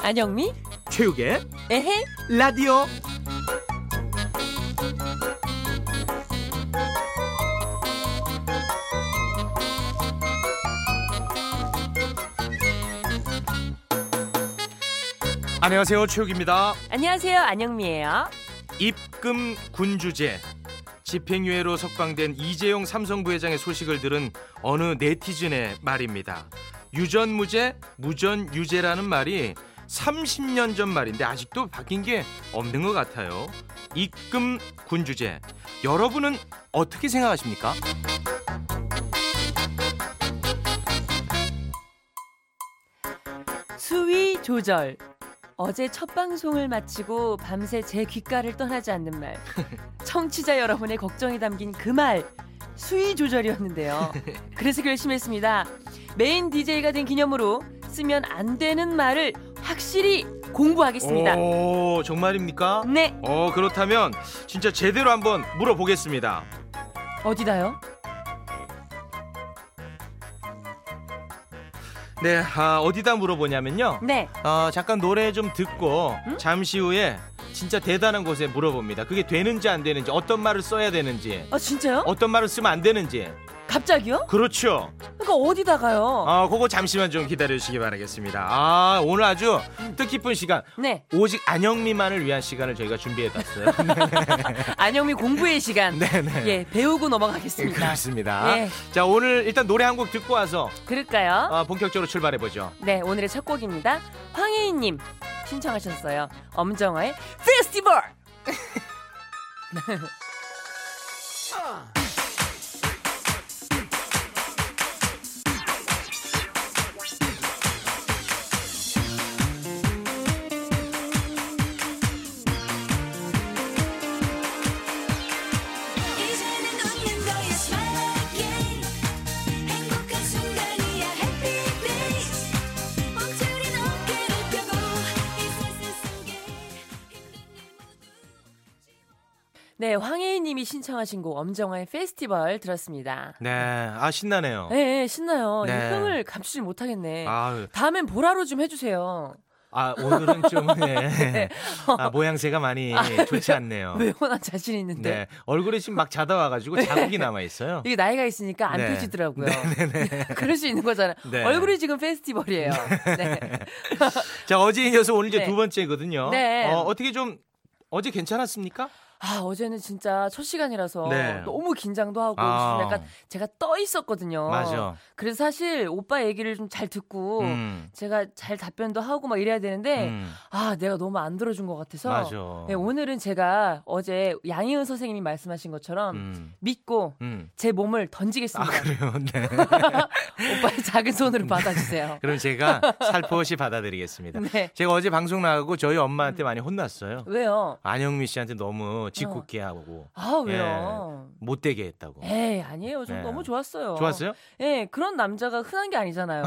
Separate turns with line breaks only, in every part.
안영미?
체육의
에헤?
라디오 안녕하세요 체육입니다
안녕하세요. 안영미예요.
입금 군주제 집행유예로 석방된 이재용 삼성 부회장의 소식을 들은 어느 네티즌의 말입니다. 유전무죄, 무전유죄라는 말이 30년 전 말인데 아직도 바뀐 게 없는 것 같아요. 입금 군주제 여러분은 어떻게 생각하십니까?
수위 조절. 어제 첫 방송을 마치고 밤새 제 귓가를 떠나지 않는 말. 청취자 여러분의 걱정이 담긴 그 말 수위 조절이었는데요. 그래서 결심했습니다. 메인 DJ가 된 기념으로 쓰면 안 되는 말을 확실히 공부하겠습니다.
오 정말입니까?
네,
어 그렇다면 진짜 제대로 한번 물어보겠습니다.
어디다요?
네 아, 어디다 물어보냐면요.
네,
어, 잠깐 노래 좀 듣고
응?
잠시 후에 진짜 대단한 곳에 물어봅니다. 그게 되는지 안 되는지 어떤 말을 써야 되는지
아 진짜요?
어떤 말을 쓰면 안 되는지
갑자기요?
그렇죠.
그러니까 어디다가요?
어, 그거 잠시만 좀 기다려 주시기 바라겠습니다. 아 오늘 아주 뜻깊은 시간
네,
오직 안영미만을 위한 시간을 저희가 준비해봤어요.
안영미 공부의 시간.
네네. 그러니까.
예, 배우고 넘어가겠습니다.
네, 그렇습니다.
예.
자 오늘 일단 노래 한 곡 듣고 와서
그럴까요?
어, 본격적으로 출발해 보죠.
네, 오늘의 첫 곡입니다. 황혜인님 신청하셨어요. 엄정화의 페스티벌.
이제는 웃는 거야 smile again 행복한 순간이야 happy days 멈추린 어깨를 펴고 이 세상 속에 힘든 일 모두
네, 황혜인님이 신청하신 곡 엄정화의 페스티벌 들었습니다.
네, 아 신나네요.
네, 신나요. 이
네.
흥을 감추지 못하겠네.
아,
다음엔 보라로 좀 해주세요.
아, 오늘은 좀 예. 아, 모양새가 많이 좋지 않네요.
왜요? 나 자신 있는데.
아. 네. 얼굴에 지금 막 자다 와가지고
네.
자국이 남아 있어요.
이게 나이가 있으니까 안
네.
펴지더라고요. 그럴 수 있는 거잖아요.
네.
얼굴이 지금 페스티벌이에요. 네.
자 어제 이어서 오늘 이제
네.
두 번째거든요.
네.
어, 어떻게 좀 어제 괜찮았습니까?
아 어제는 진짜 첫 시간이라서
네.
너무 긴장도 하고
아.
지금 약간 제가 떠 있었거든요.
맞아.
그래서 사실 오빠 얘기를 좀 잘 듣고
음,
제가 잘 답변도 하고 막 이래야 되는데
음,
아 내가 너무 안 들어준 것 같아서
맞아.
네, 오늘은 제가 어제 양희은 선생님이 말씀하신 것처럼
음,
믿고
음.
제 몸을 던지겠습니다.
그래요. 네.
오빠의 작은 손으로 받아주세요.
그럼 제가 살포시 받아드리겠습니다.
네. 음.
제가 어제 방송 나가고 저희 엄마한테 많이 혼났어요.
왜요?
안영미 씨한테
어.
너무 짓궂게 하고
아 왜요?
못되게 했다고.
에이 아니에요. 전
예. 뭐. 네.
너무 좋았어요.
좋았어요?
예, 그런 남자가 흔한 게 아니잖아요.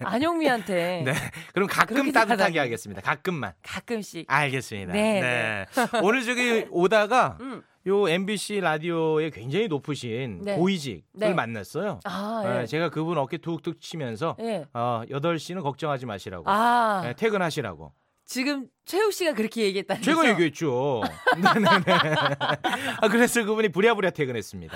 안영미한테
네. 그럼 가끔
그렇게
따뜻하게
생각하다니.
하겠습니다. 가끔만.
가끔씩.
알겠습니다.
네,
오늘 저기 오다가
음.
요 MBC 라디오에 굉장히 높으신
네.
고위직을
네.
만났어요.
아, 예.
네, 제가 그분 어깨 툭툭 치면서
예.
어, 8시는 걱정하지 마시라고.
아,
네, 퇴근하시라고.
지금 최욱 씨가 그렇게 얘기했다는
제가
거죠?
얘기했죠. 네네네. 아, 그래서 그분이 부랴부랴 퇴근했습니다.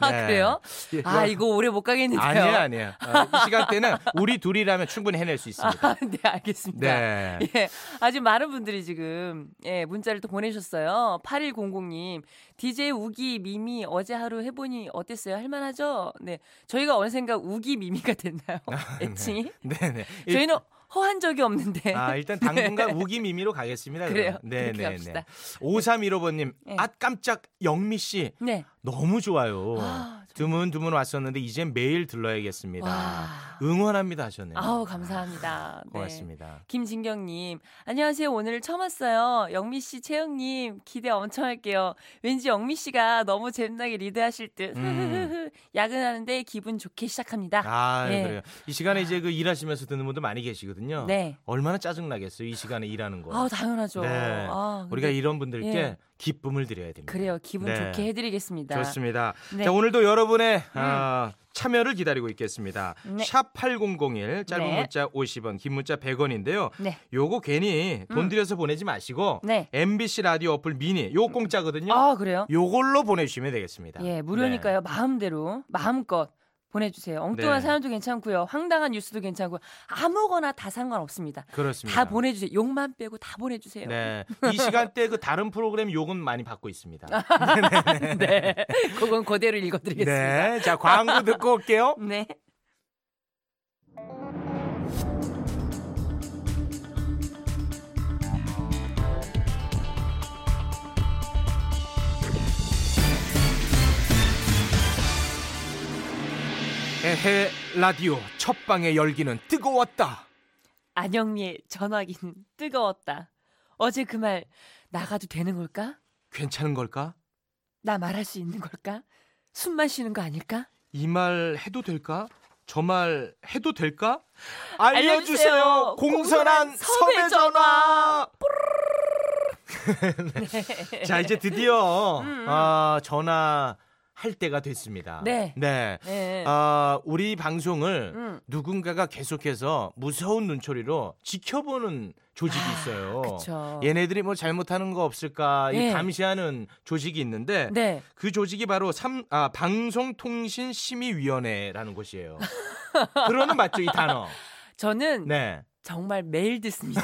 아,
네.
그래요?
예,
아,
요-
이거 오래 못 가겠는데요.
아니에요, 아니에요. 어, 이 시간대는 우리 둘이라면 충분히 해낼 수 있습니다.
아, 네, 알겠습니다.
네.
예, 아주 많은 분들이 지금 예, 문자를 또 보내셨어요. 8100님, DJ 우기 미미 어제 하루 해보니 어땠어요? 할만하죠? 네, 저희가 언젠가 우기 미미가 됐나요? 애칭이?
네네. 네. 일-
예, 저희는 허한 적이 없는데.
아, 일단 당분간 우기 미미로 가겠습니다.
네. 그래요.
네,
그렇게
네, 네.
합시다.
5315번님,
네.
아 깜짝 영미 씨
네.
너무 좋아요.
아,
드문드문 왔었는데 이젠 매일 들러야겠습니다.
와.
응원합니다 하셨네요.
아우 감사합니다. 네.
고맙습니다.
김진경님, 안녕하세요. 오늘 처음 왔어요. 영미 씨, 채영님 기대 엄청 할게요. 왠지 영미 씨가 너무 잼나게 리드하실 듯.
음.
야근하는데 기분 좋게 시작합니다.
아,
네.
그래요. 이 시간에 이제 그 일하시면서 듣는 분들 많이 계시거든요.
네.
얼마나 짜증나겠어요. 이 시간에 일하는 거.
아 당연하죠.
뭐. 네.
아, 근데
우리가 이런 분들께
예.
기쁨을 드려야 됩니다.
그래요. 기분
네.
좋게 해드리겠습니다.
좋습니다.
네. 음.
자, 오늘도 여러분의 아, 참여를 기다리고 있겠습니다.
네.
샵 8001, 짧은
네.
문자 50원, 긴 문자 100원인데요.
네.
요거 괜히 돈
음.
들여서 보내지 마시고
네.
MBC 라디오 어플 미니 요 공짜거든요.
아 그래요?
요걸로 보내주시면 되겠습니다.
예, 무료니까요. 마음대로 마음껏 보내주세요. 엉뚱한
네.
사연도 괜찮고요. 황당한 뉴스도 괜찮고 아무거나 다 상관없습니다.
네, 그렇습니다.
다 보내주세요. 욕만 빼고 다 보내주세요.
네. 이 시간대 그 다른 프로그램 요금 많이 받고 있습니다.
아, 네. 그건 그대로 읽어드리겠습니다.
네. 자, 광고 듣고 올게요.
네.
에헤 라디오 첫 방의 열기는 뜨거웠다.
안영미의 전화기는 뜨거웠다. 어제 그 말 나가도 되는 걸까?
괜찮은 걸까?
나 말할 수 있는 걸까? 숨만 쉬는 거 아닐까?
이 말 해도 될까? 저 말 해도 될까?
알려주세요.
알려주세요.
공선한
공선한 섭외
섭외
전화. 네. 자 이제 드디어
음, 음.
아, 전화 할 때가 됐습니다.
네.
네.
네.
아, 우리 방송을
음.
누군가가 계속해서 무서운 눈초리로 지켜보는 조직이
아,
있어요.
그쵸.
얘네들이 뭐 잘못하는 거 없을까 이
네.
감시하는 조직이 있는데
네.
그 조직이 바로 삼, 아, 방송통신심의위원회라는 곳이에요. 그러는 맞죠 이 단어.
저는
네.
정말 매일 듣습니다.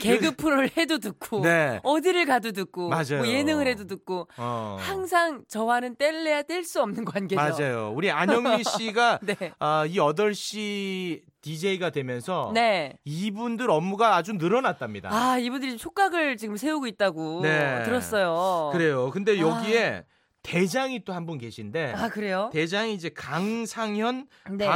개그 프로를 해도 듣고
네.
어디를 가도 듣고
맞아요.
뭐 예능을 해도 듣고
어.
항상 저와는 뗄래야 뗄 수 없는 관계죠.
맞아요. 우리 안영미 씨가
네.
아, 이 8시 DJ가 되면서
네.
이분들 업무가 아주 늘어났답니다.
아, 이분들이 촉각을 지금 세우고 있다고
네.
들었어요.
그래요. 근데 여기에 대장이 또 한 분 계신데
아, 그래요?
대장이 이제 강상현
네.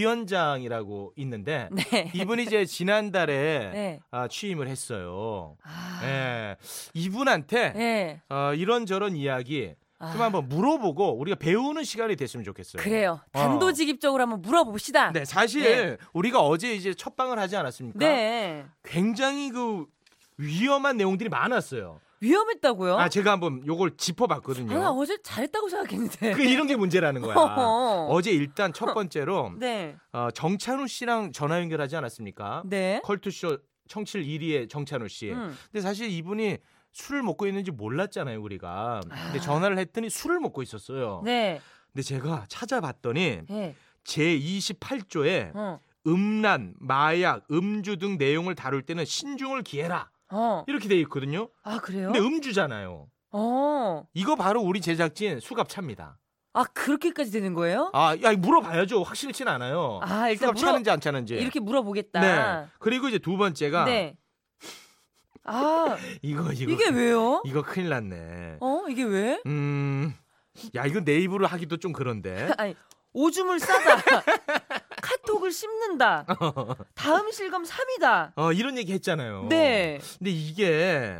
방통위원장이라고 있는데
네.
이분이 이제 지난달에
네.
아, 취임을 했어요.
아.
예. 이분한테
네.
어, 이런저런 이야기
아,
좀 한번 물어보고 우리가 배우는 시간이 됐으면 좋겠어요.
그래요.
어.
단도직입적으로 한번 물어봅시다.
네, 사실
네.
우리가 어제 이제 첫 방을 하지 않았습니까?
네.
굉장히 그 위험한 내용들이 많았어요.
위험했다고요?
아, 제가 한번 요걸
아, 나
짚어봤거든요.
어제 잘했다고 생각했는데.
그 이런 게 문제라는 거야.
어허.
어제 일단 첫 번째로
네.
어, 정찬우 씨랑 전화 연결하지 않았습니까?
네.
컬투쇼 청취율 1위의 정찬우 씨.
음.
근데 사실 이분이 술을 먹고 있는지 몰랐잖아요, 우리가. 근데
아.
전화를 했더니 술을 먹고 있었어요.
네.
근데 제가 찾아봤더니
네.
제28조에
어.
음란, 마약, 음주 등 내용을 다룰 때는 신중을 기해라.
어.
이렇게 돼 있거든요.
아, 그래요?
근데 음주잖아요.
어.
이거 바로 우리 제작진 수갑 찹니다.
아, 그렇게까지 되는 거예요?
아, 야, 물어봐야죠. 확실치는 않아요.
아, 일단
수갑
물어
차는지 안 차는지.
이렇게 물어보겠다.
네. 그리고 이제 두 번째가
네. 아,
이거 이거
이게 왜요?
이거 큰일 났네.
어, 이게 왜?
음. 야, 이거 내 입으로 하기도 좀 그런데.
아니 오줌을 싸다 카톡을 씹는다 다음 실감 3이다
어, 이런 얘기 했잖아요.
네
근데 이게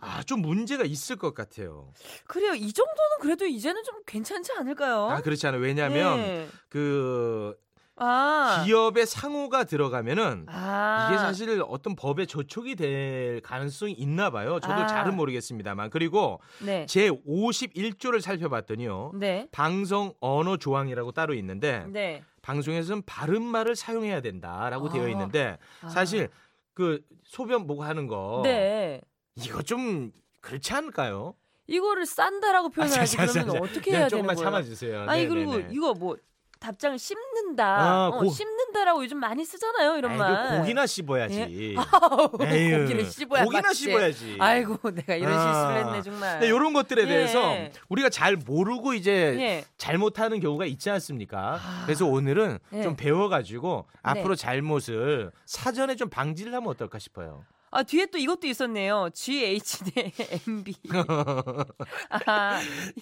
아, 좀 문제가 있을 것 같아요.
그래요 이 정도는 그래도 이제는 좀 괜찮지 않을까요
아, 그렇지 않아요. 왜냐면 그
네. 아,
기업의 상호가 들어가면은
아.
이게 사실 어떤 법에 저촉이 될 가능성이 있나 봐요. 저도
아.
잘은 모르겠습니다만. 그리고
네.
제 51조를 살펴봤더니요.
네.
방송 언어 조항이라고 따로 있는데
네.
방송에서는 바른 말을 사용해야 된다라고
아.
되어 있는데
아.
사실 어. 그 소변 보고 하는 거
네.
이거 좀 그렇지 않을까요?
이거를 싼다라고
아,
표현하지
자, 자,
그러면
자, 자.
어떻게
그냥
해야 되는
조금만
거예요?
참아주세요.
아니
네,
그리고
네, 네.
이거 뭐 답장을 씹는다.
아,
어,
고-
씹는다라고 요즘 많이 쓰잖아요, 이런
아이고,
말. 예?
고기나 씹어야지. 에휴,
고기를 씹어야
고기나
맛있지.
씹어야지.
아이고, 내가 이런
아.
실수를 했네 정말.
네, 이런 것들에 대해서
예.
우리가 잘 모르고 이제
예.
잘못하는 경우가 있지 않습니까?
아.
그래서 오늘은
예.
좀 배워가지고
네.
앞으로 잘못을 사전에 좀 방지를 하면 어떨까 싶어요.
아, 뒤에 또 이것도 있었네요. GH 대 MB. 아,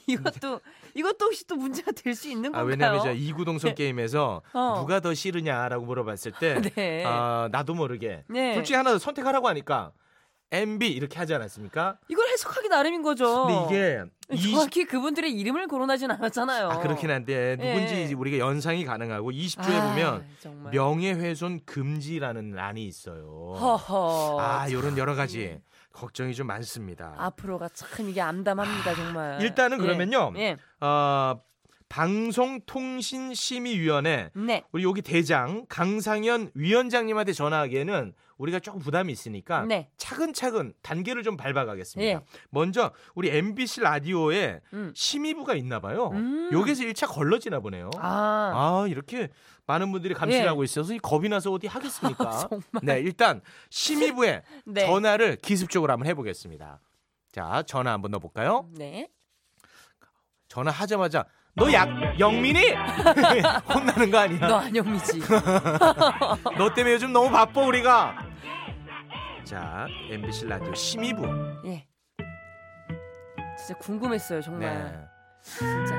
이것도, 이것도 혹시 또 문제가 될 수 있는 건가요? 예.
아, 왜냐면 제가 이구동성 게임에서
어.
누가 더 싫으냐라고 물어봤을 때
네.
아, 나도 모르게
네.
둘 중에 하나 선택하라고 하니까 MB 이렇게 하지 않았습니까?
이걸 해석하기 나름인 거죠.
근데 이게 이-
정확히 그분들의 이름을 거론하진 않았잖아요.
아, 그렇긴 한데 누군지
예.
이제 우리가 연상이 가능하고 20조에
아,
보면
정말.
명예훼손 금지라는 란이 있어요.
허허.
아, 요런 여러
예.
가지 걱정이 좀 많습니다.
앞으로가 참 이게 암담합니다, 정말.
아, 일단은
예.
그러면요.
예.
어, 방송통신심의위원회
네.
우리 여기 대장 강상현 위원장님한테 전화하기에는 우리가 조금 부담이 있으니까
네.
차근차근 단계를 좀
예.
밟아가겠습니다. 먼저 우리 MBC 라디오에
음.
심의부가 있나 봐요.
음.
여기서 1차 걸러지나 보네요.
아.
아, 이렇게 많은 분들이 감시를
예. 아,
하고 있어서 이 겁이 나서 어디 하겠습니까?
정말.
네, 일단 심의부에
네.
전화를 기습적으로 한번 해보겠습니다. 자, 전화 한번 넣어볼까요?
네.
전화 하자마자 너 약, 영민이? 혼나는 거 아니야?
너 안영미지.
너 때문에 요즘 너무 바빠 우리가. 자, MBC 라디오 심의부.
예. 진짜 궁금했어요, 정말.
네.
진짜.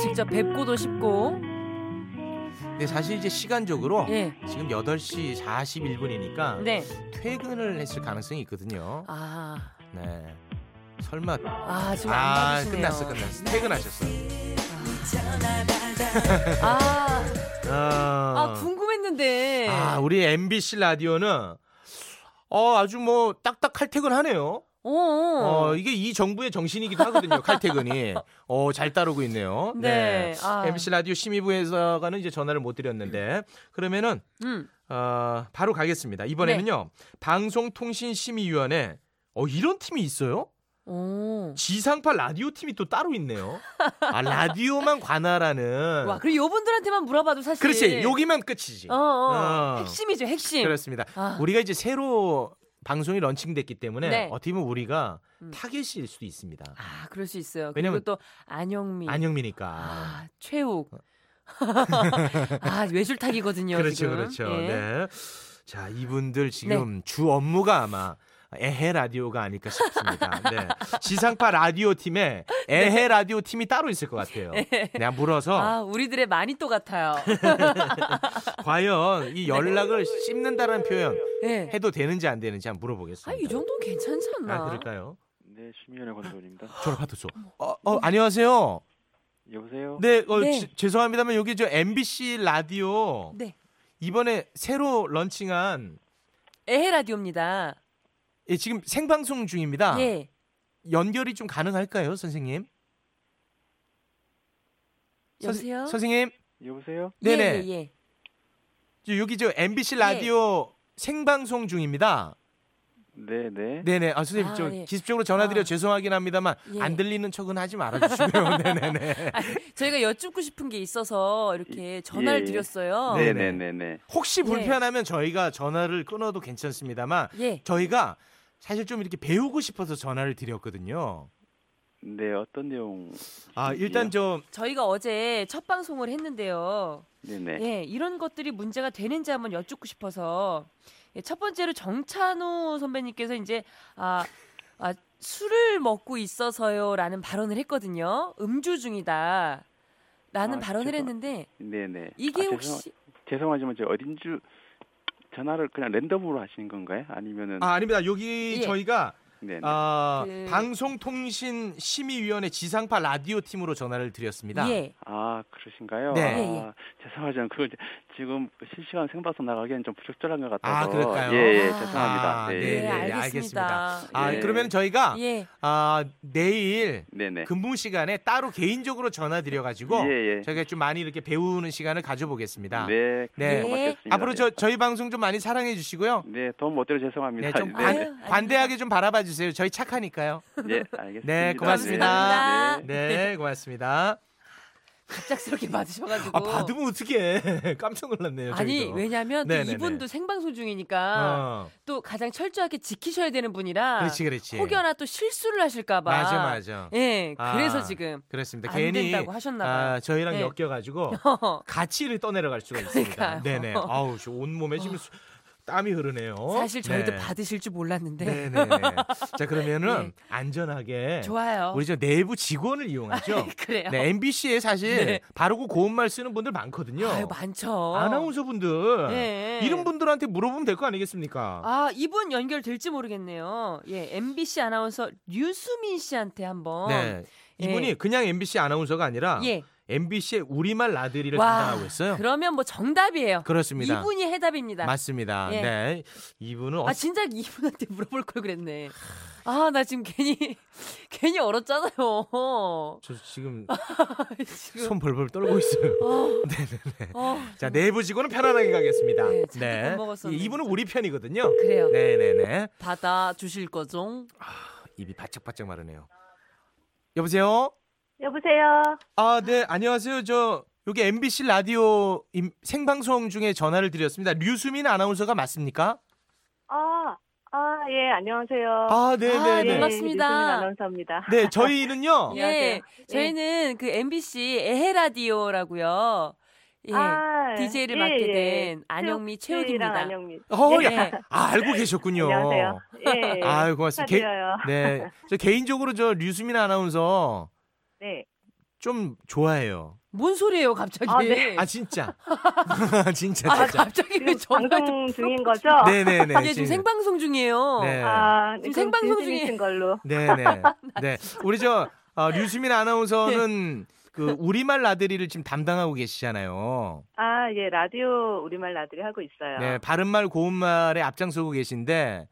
직접 뵙고도 싶고.
근데 사실 이제 시간적으로
예.
지금 8시 41분이니까
네.
퇴근을 했을 가능성이 있거든요.
아.
네. 설마
아, 지금 안
아,
받으시네요.
끝났어. 끝났어. 퇴근하셨어요.
아, 아,
아,
궁금했는데.
아, 우리 MBC 라디오는 어, 아주 뭐 딱딱할 퇴근하네요.
어.
어, 이게 이 정부의 정신이기도 하거든요. 칼퇴근이. 어, 잘 따르고 있네요.
네. 아.
MBC 라디오 심의부에서가는 이제 전화를 못 드렸는데 그러면은
음.
어, 바로 가겠습니다. 이번에는요.
네.
방송통신심의위원회 어, 이런 팀이 있어요?
오.
지상파 라디오 팀이 또 따로 있네요. 아, 라디오만 관할하는
와, 그리고 요분들한테만 물어봐도 사실
어. 그렇지. 여기만 끝이지.
어, 어.
어.
핵심이죠, 핵심.
그렇습니다.
아.
우리가 이제 새로 방송이 런칭됐기 때문에
네.
어떻게 보면 우리가
음.
타겟일 수도 있습니다.
아, 그럴 수 있어요.
왜냐면-
그리고 또 안영미.
안영미니까. 어.
아, 최욱. 아, 외줄타기거든요,
그렇죠,
지금.
그렇죠.
예. 네.
네. 자, 이분들 지금 주 업무가 아마 에헤 라디오가 아닐까 싶습니다. 네. 지상파 라디오 팀에 에헤 라디오 팀이 따로 있을 것 같아요. 내가 물어서
네. 아, 우리들의 많이 또 같아요.
과연
네.
이 연락을 씹는다라는 표현
예.
해도 되는지 안 되는지 한번 물어보겠습니다.
아, 이 정도는 괜찮지 않나?
네. 아, 그럴까요?
네, 심의원의 권도원입니다.
전화 받았어. 어, 어, 안녕하세요.
여보세요.
네, 어,
네.
지- 죄송합니다만 여기 저 MBC 라디오
네.
이번에 새로 런칭한
에헤 라디오입니다.
예, 지금 생방송 중입니다.
예.
연결이 좀 가능할까요, 선생님? 선생-
여보세요?
선생님,
여보세요.
예,
네네.
예, 예.
저- 여기 저 MBC 라디오 생방송 중입니다.
네, 네.
네네. 아 선생님,
아,
저
예.
기습적으로 전화드려
아.
죄송하긴 합니다만
예.
안 들리는 척은 하지 말아주시고요. 네네네.
저희가 여쭙고 싶은 게 있어서 이렇게 전화를
예, 예.
드렸어요.
네.
네, 네, 네, 네.
혹시
예.
불편하면 저희가 전화를 끊어도 괜찮습니다만
예.
저희가 사실 좀 이렇게 배우고 싶어서 전화를 드렸거든요.
네, 어떤 내용?
아
예.
일단 저
저희가 어제 첫 방송을 했는데요.
네, 네.
예, 이런 것들이 문제가 되는지 한번 여쭙고 싶어서 예, 첫 번째로 정찬호 선배님께서 이제 아, 아, 술을 먹고 있어서요라는 발언을 했거든요. 음주 중이다. 라는
아,
발언을
죄송-
했는데
네, 네.
이게
아, 죄송-
혹시
죄송하지만 저 어딘 주 전화를 그냥 랜덤으로 하시는 건가요? 아니면은
아, 아닙니다. 여기
예.
저희가
네, 네.
아,
그-
방송통신 심의위원회 지상파 라디오 팀으로 전화를 드렸습니다.
예.
아, 그러신가요?
네.
예,
아, 죄송하지만 그걸 이제 지금 실시간 생방송 나가기엔 좀 부적절한 것 같아서.
아, 그럴까요?
예, 예,
아.
죄송합니다.
아,
네,
네,
네,
네,
알겠습니다.
알겠습니다. 아,
예.
그러면 저희가
예.
아, 내일
네, 네.
근무 시간에 따로 개인적으로 전화 드려 가지고
예, 예.
저희가 좀 많이 이렇게 배우는 시간을 가져보겠습니다.
네,
네.
고맙겠습니다.
앞으로 저 저희 방송 좀 많이 사랑해 주시고요.
네, 도움 못 드려 죄송합니다.
네, 좀
아유,
관,
네,
아닙니다.
관대하게 좀 바라봐 주세요. 저희 착하니까요.
네, 알겠습니다.
네, 고맙습니다.
감사합니다.
네, 고맙습니다.
갑작스럽게 받으셔가지고.
아, 받으면 어떡해. 깜짝 놀랐네요,
아니
저희도.
왜냐하면 또
네네네.
이분도 생방송 중이니까
어,
또 가장 철저하게 지키셔야 되는 분이라
그렇지, 그렇지.
아, 혹여나 또 실수를 하실까봐
맞아, 맞아.
예
아,
그래서 지금
그렇습니다.
안
괜히
된다고 하셨나 봐요.
아, 저희랑
네.
엮여가지고 같이를 떠내려갈 수가 있습니다.
그러니까요. 어.
네네. 아우, 저 온몸에 지금 수- 땀이 흐르네요.
사실 저희도
네.
받으실 줄 몰랐는데
네네. 자 그러면은 안전하게
예. 좋아요. 아,
우리 저 내부 직원을 이용하죠.
그래요.
네, MBC에 사실
네.
바르고 고운 말 쓰는 분들 많거든요.
아유 많죠.
아나운서 분들
네.
이런 분들한테 물어보면 될 거 아니겠습니까?
아 이분 연결될지 모르겠네요. 예, MBC 아나운서 류수민 씨한테 한번
네. 이분이
예.
그냥 MBC 아나운서가 아니라
예,
MBC의 우리말 나들이를
와
담당하고 있어요.
그러면 뭐 정답이에요.
그렇습니다.
이분이 해답입니다.
맞습니다.
예.
네. 이분은 어,
아 진짜 이분한테 물어볼 걸 그랬네. 아 나 지금 괜히 괜히 얼었잖아요.
저 지금
지금
손 벌벌 떨고 있어요.
어,
네네네.
어,
자, 내부 직원은 편안하게 가겠습니다. 예,
네, 잠깐 밥 먹었었는데.
이- 이분은 우리 편이거든요.
그래요.
어, 네네네.
받아 주실 거죠?
입이 바짝바짝 마르네요. 여보세요?
여보세요.
아, 네. 안녕하세요. 저 여기 MBC 라디오 임- 생방송 중에 전화를 드렸습니다. 류수민 아나운서가 맞습니까?
아, 아, 예, 안녕하세요.
아, 네,
아,
네,
예,
네.
반갑습니다.
유승민 아나운서입니다.
네, 저희는요.
예,
안녕하세요.
저희는 그 MBC 에헤 라디오라고요. 예.
아,
DJ를
예,
맡게
예.
된 안영미
최욱
최욱입니다.
씨랑 안영미.
어,
네.
야, 아, 알고 계셨군요.
예. 안녕하세요. 예.
아유, 고맙습니다. 개-
축하드려요.
네. 저 개인적으로 저 류수민 아나운서
네.
좀 좋아해요.
뭔 소리예요, 갑자기?
아, 네.
아, 진짜. 진짜,
아,
진짜.
갑자기 왜
지금
전화?
방송 중인 거죠?
네네네.
이게 아, 예, 지금 생방송 중이에요.
네.
아,
지금
네,
생방송
그럼 진심이신
중에-
걸로.
네네. 네. 우리 저 어, 류수민 아나운서는 그
네.
우리말 나들이를 지금 담당하고 계시잖아요.
아, 예, 라디오 우리말 나들이 하고 있어요.
네, 바른말 고운말에 앞장서고 계신데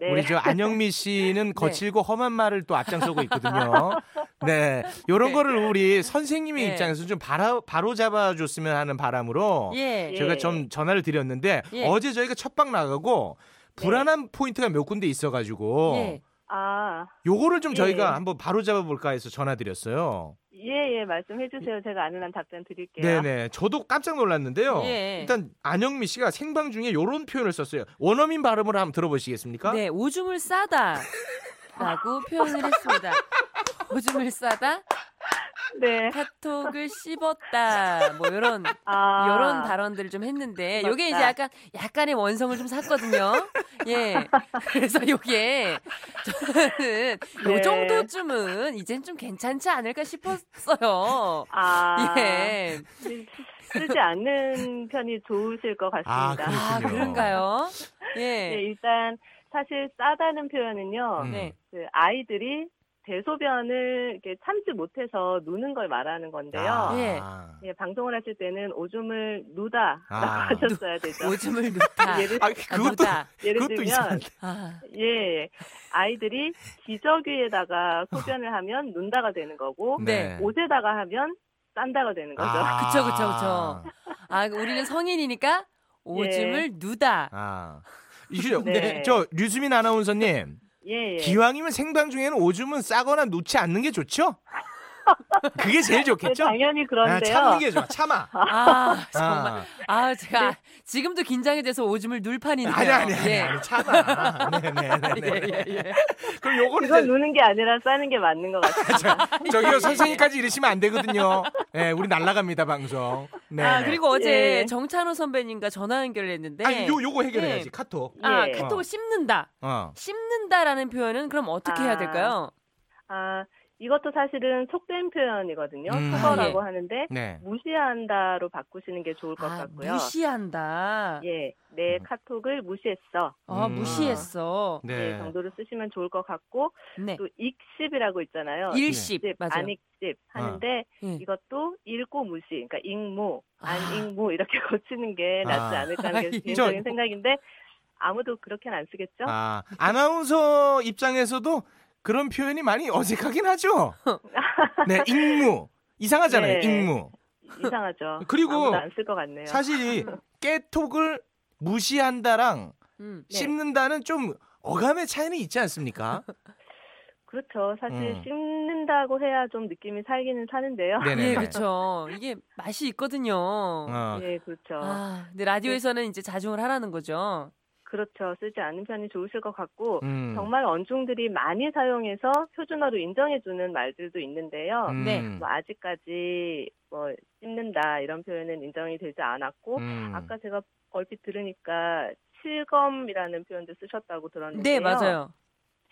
네.
우리 저 안영미
네.
씨는 거칠고 험한 말을 또 앞장서고 있거든요. 네, 요런
네.
거를 우리 선생님의
네.
입장에서 좀 바로 바로 잡아줬으면 하는 바람으로
예.
예.
저희가 좀 전화를 드렸는데
예. 네.
어제 저희가 첫방 나가고 불안한 포인트가 몇 군데 있어가지고
예.
아,
요거를 좀 저희가
예.
한번 바로 잡아볼까 해서 전화드렸어요.
예, 예, 말씀해 주세요. 제가 아는 한 답변 드릴게요.
네네. 저도 깜짝 놀랐는데요.
예.
일단 안영미 씨가 생방 중에 요런 표현을 썼어요. 원어민 발음을 한번 들어보시겠습니까?
네, 오줌을 싸다. 라고 표현을 했습니다. 오줌을 싸다,
네.
카톡을 씹었다, 뭐 이런
아.
이런 발언들을 좀 했는데
맞다.
요게 이제 약간 약간의 원성을 좀 샀거든요. 예. 그래서 요게 저는 요
네.
정도쯤은 이젠 좀 괜찮지 않을까 싶었어요.
아.
예.
쓰- 쓰지 않는 편이 좋으실 것
아,
같습니다.
그렇군요.
아, 그런가요?
네,
예.
일단 사실 싸다는 표현은요.
음.
네.
그 아이들이 대소변을 이렇게 참지 못해서 누는 걸 말하는 건데요.
아.
예.
예, 방송을 하실 때는 오줌을 누다라고
아.
하셨어야 되죠.
오줌을 넣다.
예를,
아,
아,
그것도
넣다.
예를
그것도
들면
이상한데.
아,
예 아이들이 기저귀에다가 소변을 하면 눈다가 되는 거고
네.
옷에다가 하면 싼다가 되는 거죠.
아,
그쵸, 그쵸, 그쵸. 아, 우리는 성인이니까
예.
오줌을 누다.
아. 이슈요.
네.
네. 저 류수민 아나운서님
예, 예.
기왕이면 생방 중에는 오줌은 싸거나 놓지 않는 게 좋죠? 그게 제일
네,
좋겠죠?
당연히
아,
그런데요.
참는 게 좋아. 참아.
아, 정말.
아. 네.
아, 제가 지금도 긴장이 돼서 오줌을 눌 판인데요.
아니 아니 아니,
예.
아니 참아. 네네네.
예, 예, 예.
그럼 요거는
그건
이제
누는 게 아니라 싸는 게 맞는 것 같아요.
저기요 선생님까지 이러시면 안 되거든요. 예, 우리 날라갑니다 방송. 네.
아, 그리고 어제
예.
정찬호 선배님과 전화 연결을 했는데
아니, 요 요거 해결해야지
네.
카톡.
아,
예.
카톡을 씹는다.
어.
씹는다라는 표현은 그럼 어떻게 해야
아.
될까요?
아, 이것도 사실은 속된 표현이거든요.
음.
속어라고
아,
하는데
네.
무시한다로 바꾸시는 게 좋을 것
아,
같고요.
무시한다.
예, 내
음.
카톡을 무시했어.
아,
음.
무시했어.
네.
예, 정도로 쓰시면 좋을 것 같고
네.
그,
또 익십이라고
어,
있잖아요.
예.
일십
네,
익십,
맞아요.
안익십 하는데
예.
이것도 읽고 무시, 그러니까 익무,
아.
안익무 이렇게 고치는 게 낫지
아.
않을까 하는 게
이-
개인적인
저-
생각인데 아무도 그렇게는 안 쓰겠죠?
아, 아나운서 입장에서도 그런 표현이 많이 어색하긴 하죠. 네, 익무. 이상하잖아요,
네.
익무.
이상하죠.
그리고
아무도 안 쓸 것 같네요.
사실 이 깨톡을 무시한다랑
음.
네.
씹는다는 좀 어감의 차이는 있지 않습니까?
그렇죠. 사실
음.
씹는다고 해야 좀 느낌이 살기는 사는데요.
예,
네네.
그렇죠. 이게 맛이 있거든요.
어. 네.
예, 그렇죠.
아, 근데 라디오에서는 이제 자중을 하라는 거죠.
그렇죠. 쓰지 않는 편이 좋으실 것 같고
음.
정말 언중들이 많이 사용해서 표준어로 인정해주는 말들도 있는데요.
음.
네.
뭐 아직까지 뭐 씹는다 이런 표현은 인정이 되지 않았고
음.
아까 제가 얼핏 들으니까 실검이라는 표현도 쓰셨다고 들었는데.
네, 맞아요.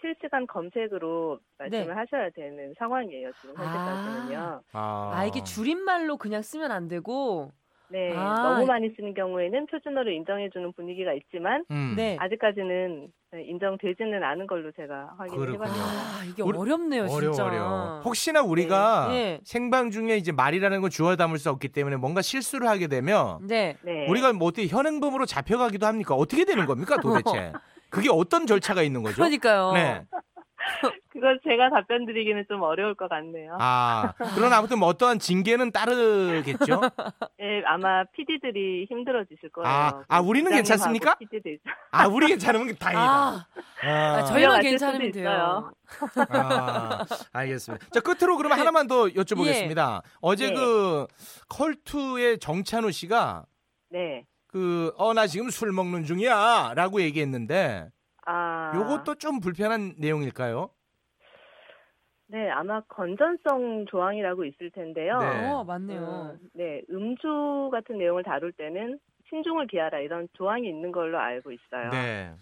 실시간 검색으로 말씀을
네.
하셔야 되는 상황이에요. 지금 현재까지는요.
아,
아, 이게 줄임말로 그냥 쓰면 안 되고.
네,
아.
너무 많이 쓰는 경우에는 표준어로 인정해주는 분위기가 있지만
음.
네.
아직까지는 인정되지는 않은 걸로 제가
그렇군요.
확인해봤습니다.
아, 이게
우리-
어렵네요,
어려
진짜.
어려. 혹시나 우리가
네.
생방 중에 이제 말이라는 걸 주워 담을 수 없기 때문에 뭔가 실수를 하게 되면
네.
네,
우리가 뭐 어떻게 현행범으로 잡혀가기도 합니까? 어떻게 되는 겁니까 도대체? 그게 어떤 절차가 있는 거죠?
그러니까요.
네.
그걸 제가 답변드리기는 좀 어려울 것 같네요.
아 그러나 아무튼 뭐 어떠한 징계는 따르겠죠?
네, 아마 PD들이 힘들어지실 거예요. 그
아, 아, 우리는 괜찮습니까?
PD들
아 우리 괜찮으면 다행이다.
아,
아,
아, 저희만 괜찮으면 돼요.
아, 알겠습니다. 자 끝으로
네.
그러면 하나만 더 여쭤보겠습니다.
예.
어제
네.
그 컬투의 정찬우 씨가
네,
그 어 나 지금 술 먹는 중이야라고 얘기했는데
아,
요것도 좀 불편한 내용일까요?
네, 아마 건전성 조항이라고 있을 텐데요.
네.
어, 맞네요.
음, 네, 음주 같은 내용을 다룰 때는 신중을 기하라 이런 조항이 있는 걸로 알고 있어요.
네.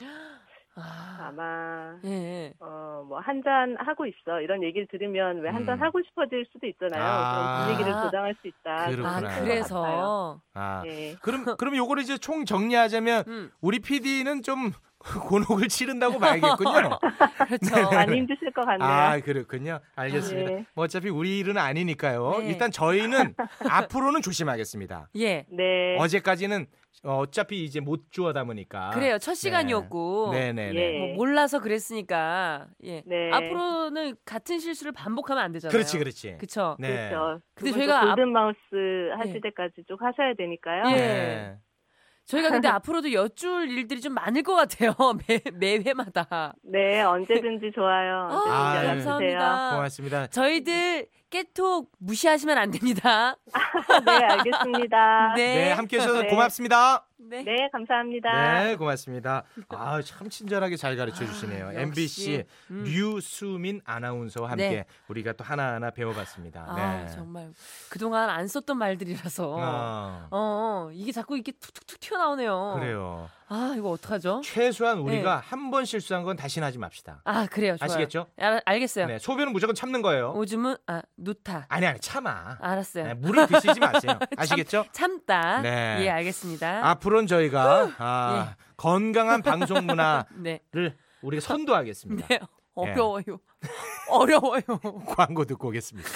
아,
아마
예, 예.
어, 뭐, 한잔 하고 있어. 이런 얘기를 들으면 왜 한잔
음.
하고 싶어질 수도 있잖아요.
아.
그런 분위기를 조장할 수 있다.
아,
그렇구나.
그래서.
아
네.
그럼 그럼 요거를 이제 총 정리하자면
음,
우리 PD는 좀 곤혹을 치른다고 봐야겠군요. 네,
그렇죠.
많이 힘드실 것 같네요.
아 그렇군요. 알겠습니다.
네.
뭐 어차피 우리 일은 아니니까요.
네.
일단 저희는 앞으로는 조심하겠습니다.
예.
네.
어제까지는 어, 어차피 이제 못 주워 담으니까.
그래요. 첫 시간이었고.
아, 네. 네네네.
예.
뭐 몰라서 그랬으니까. 예.
네.
앞으로는 같은 실수를 반복하면 안 되잖아요.
그렇지 그렇지.
그쵸.
네.
그렇죠.
근데
근데
저희가
저희가
앞-
골든 마우스 하실
예.
때까지 쭉 하셔야 되니까요.
예.
네.
저희가 근데 앞으로도 여쭐 일들이 좀 많을 것 같아요. 매, 매 회마다.
네, 언제든지 좋아요.
아,
아,
언제든지 연락주세요.
감사합니다. 아,
고맙습니다.
저희들 깨톡 무시하시면 안 됩니다.
네, 알겠습니다.
네.
네, 함께 해주셔서
네.
고맙습니다.
네.
네, 감사합니다.
네, 고맙습니다. 아, 참 친절하게 잘 가르쳐 주시네요.
아, 역시.
MBC
음.
류수민 아나운서와 함께
네.
우리가 또 하나하나 배워봤습니다.
아,
네.
정말 그동안 안 썼던 말들이라서.
아,
어, 어, 이게 자꾸 이렇게 툭툭툭 튀어나오네요.
그래요.
아, 이거 어떡하죠?
최소한 우리가 한 번 실수한 건 다시는 하지 맙시다.
아, 그래요. 좋아요.
아시겠죠?
알, 알겠어요.
네, 소변은 무조건 참는 거예요.
오줌은 아, 누타.
아니 아니 참아.
알았어요.
네, 물을 드시지 마세요. 아시겠죠?
참다.
네.
예, 알겠습니다.
앞으로는 저희가 아, 건강한 방송 문화를
예. 네.
우리가 선도하겠습니다.
네. 어려워요. 어려워요.
광고 듣고 오겠습니다.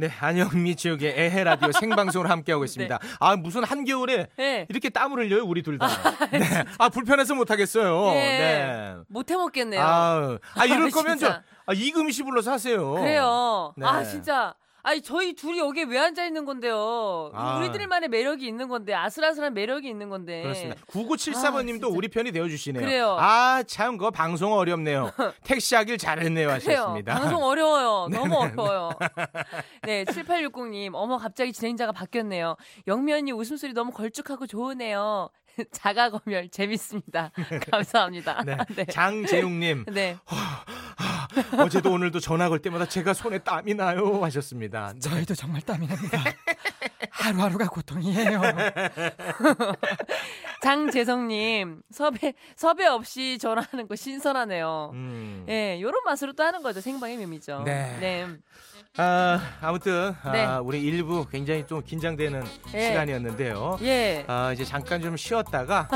네, 안영미 지역의 애해 라디오 생방송으로 함께하고 있습니다. 아, 무슨 한겨울에
네.
이렇게 땀을 흘려요, 우리 둘 다. 네. 아, 불편해서 못하겠어요.
예.
네.
못 해먹겠네요.
아, 아, 이럴 거면 저,
진짜.
아, 이금희 불러서 하세요.
그래요.
네.
아 진짜. 아니 저희 둘이 여기에 왜 앉아 있는 건데요.
아.
우리들만의 매력이 있는 건데 아슬아슬한 매력이 있는 건데.
그렇습니다.
예. 아,
9974번님도
진짜.
우리 편이 되어주시네요.
그래요.
아, 참, 그거 방송 어렵네요. 택시하길 잘했네요.
그래요.
하셨습니다. 네,
방송 어려워요. 너무 어려워요. 네, 7860님. 어머, 갑자기 진행자가 바뀌었네요. 영미 언니 웃음소리 너무 걸쭉하고 좋으네요. 자가검열 재밌습니다. 감사합니다.
네.
네.
장재웅님,
네.
어제도 오늘도 전화 걸 때마다 제가 손에 땀이 나요. 하셨습니다. 네.
저희도 정말 땀이 납니다. 하루하루가 고통이에요.
장재성님, 섭외, 섭외 없이 전화하는 거 신선하네요.
음.
예, 요런 맛으로 또 하는 거죠. 생방의 묘미죠.
네.
네.
아, 아무튼 아,
네.
우리 일부 굉장히 좀 긴장되는
예.
시간이었는데요.
예.
아, 이제 잠깐 좀 쉬었다가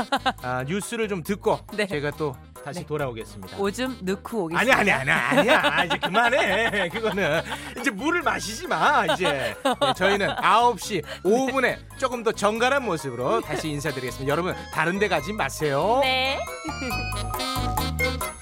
아, 뉴스를 좀 듣고
네.
제가 또 다시
네.
돌아오겠습니다.
오줌 넣고 오겠습니다.
아니 아니 아니 아니야 이제 그만해 그거는 이제 물을 마시지 마 이제 네, 저희는 9시 5분에 조금 더 정갈한 모습으로 다시 인사드리겠습니다 여러분 다른 데 가지 마세요
네.
내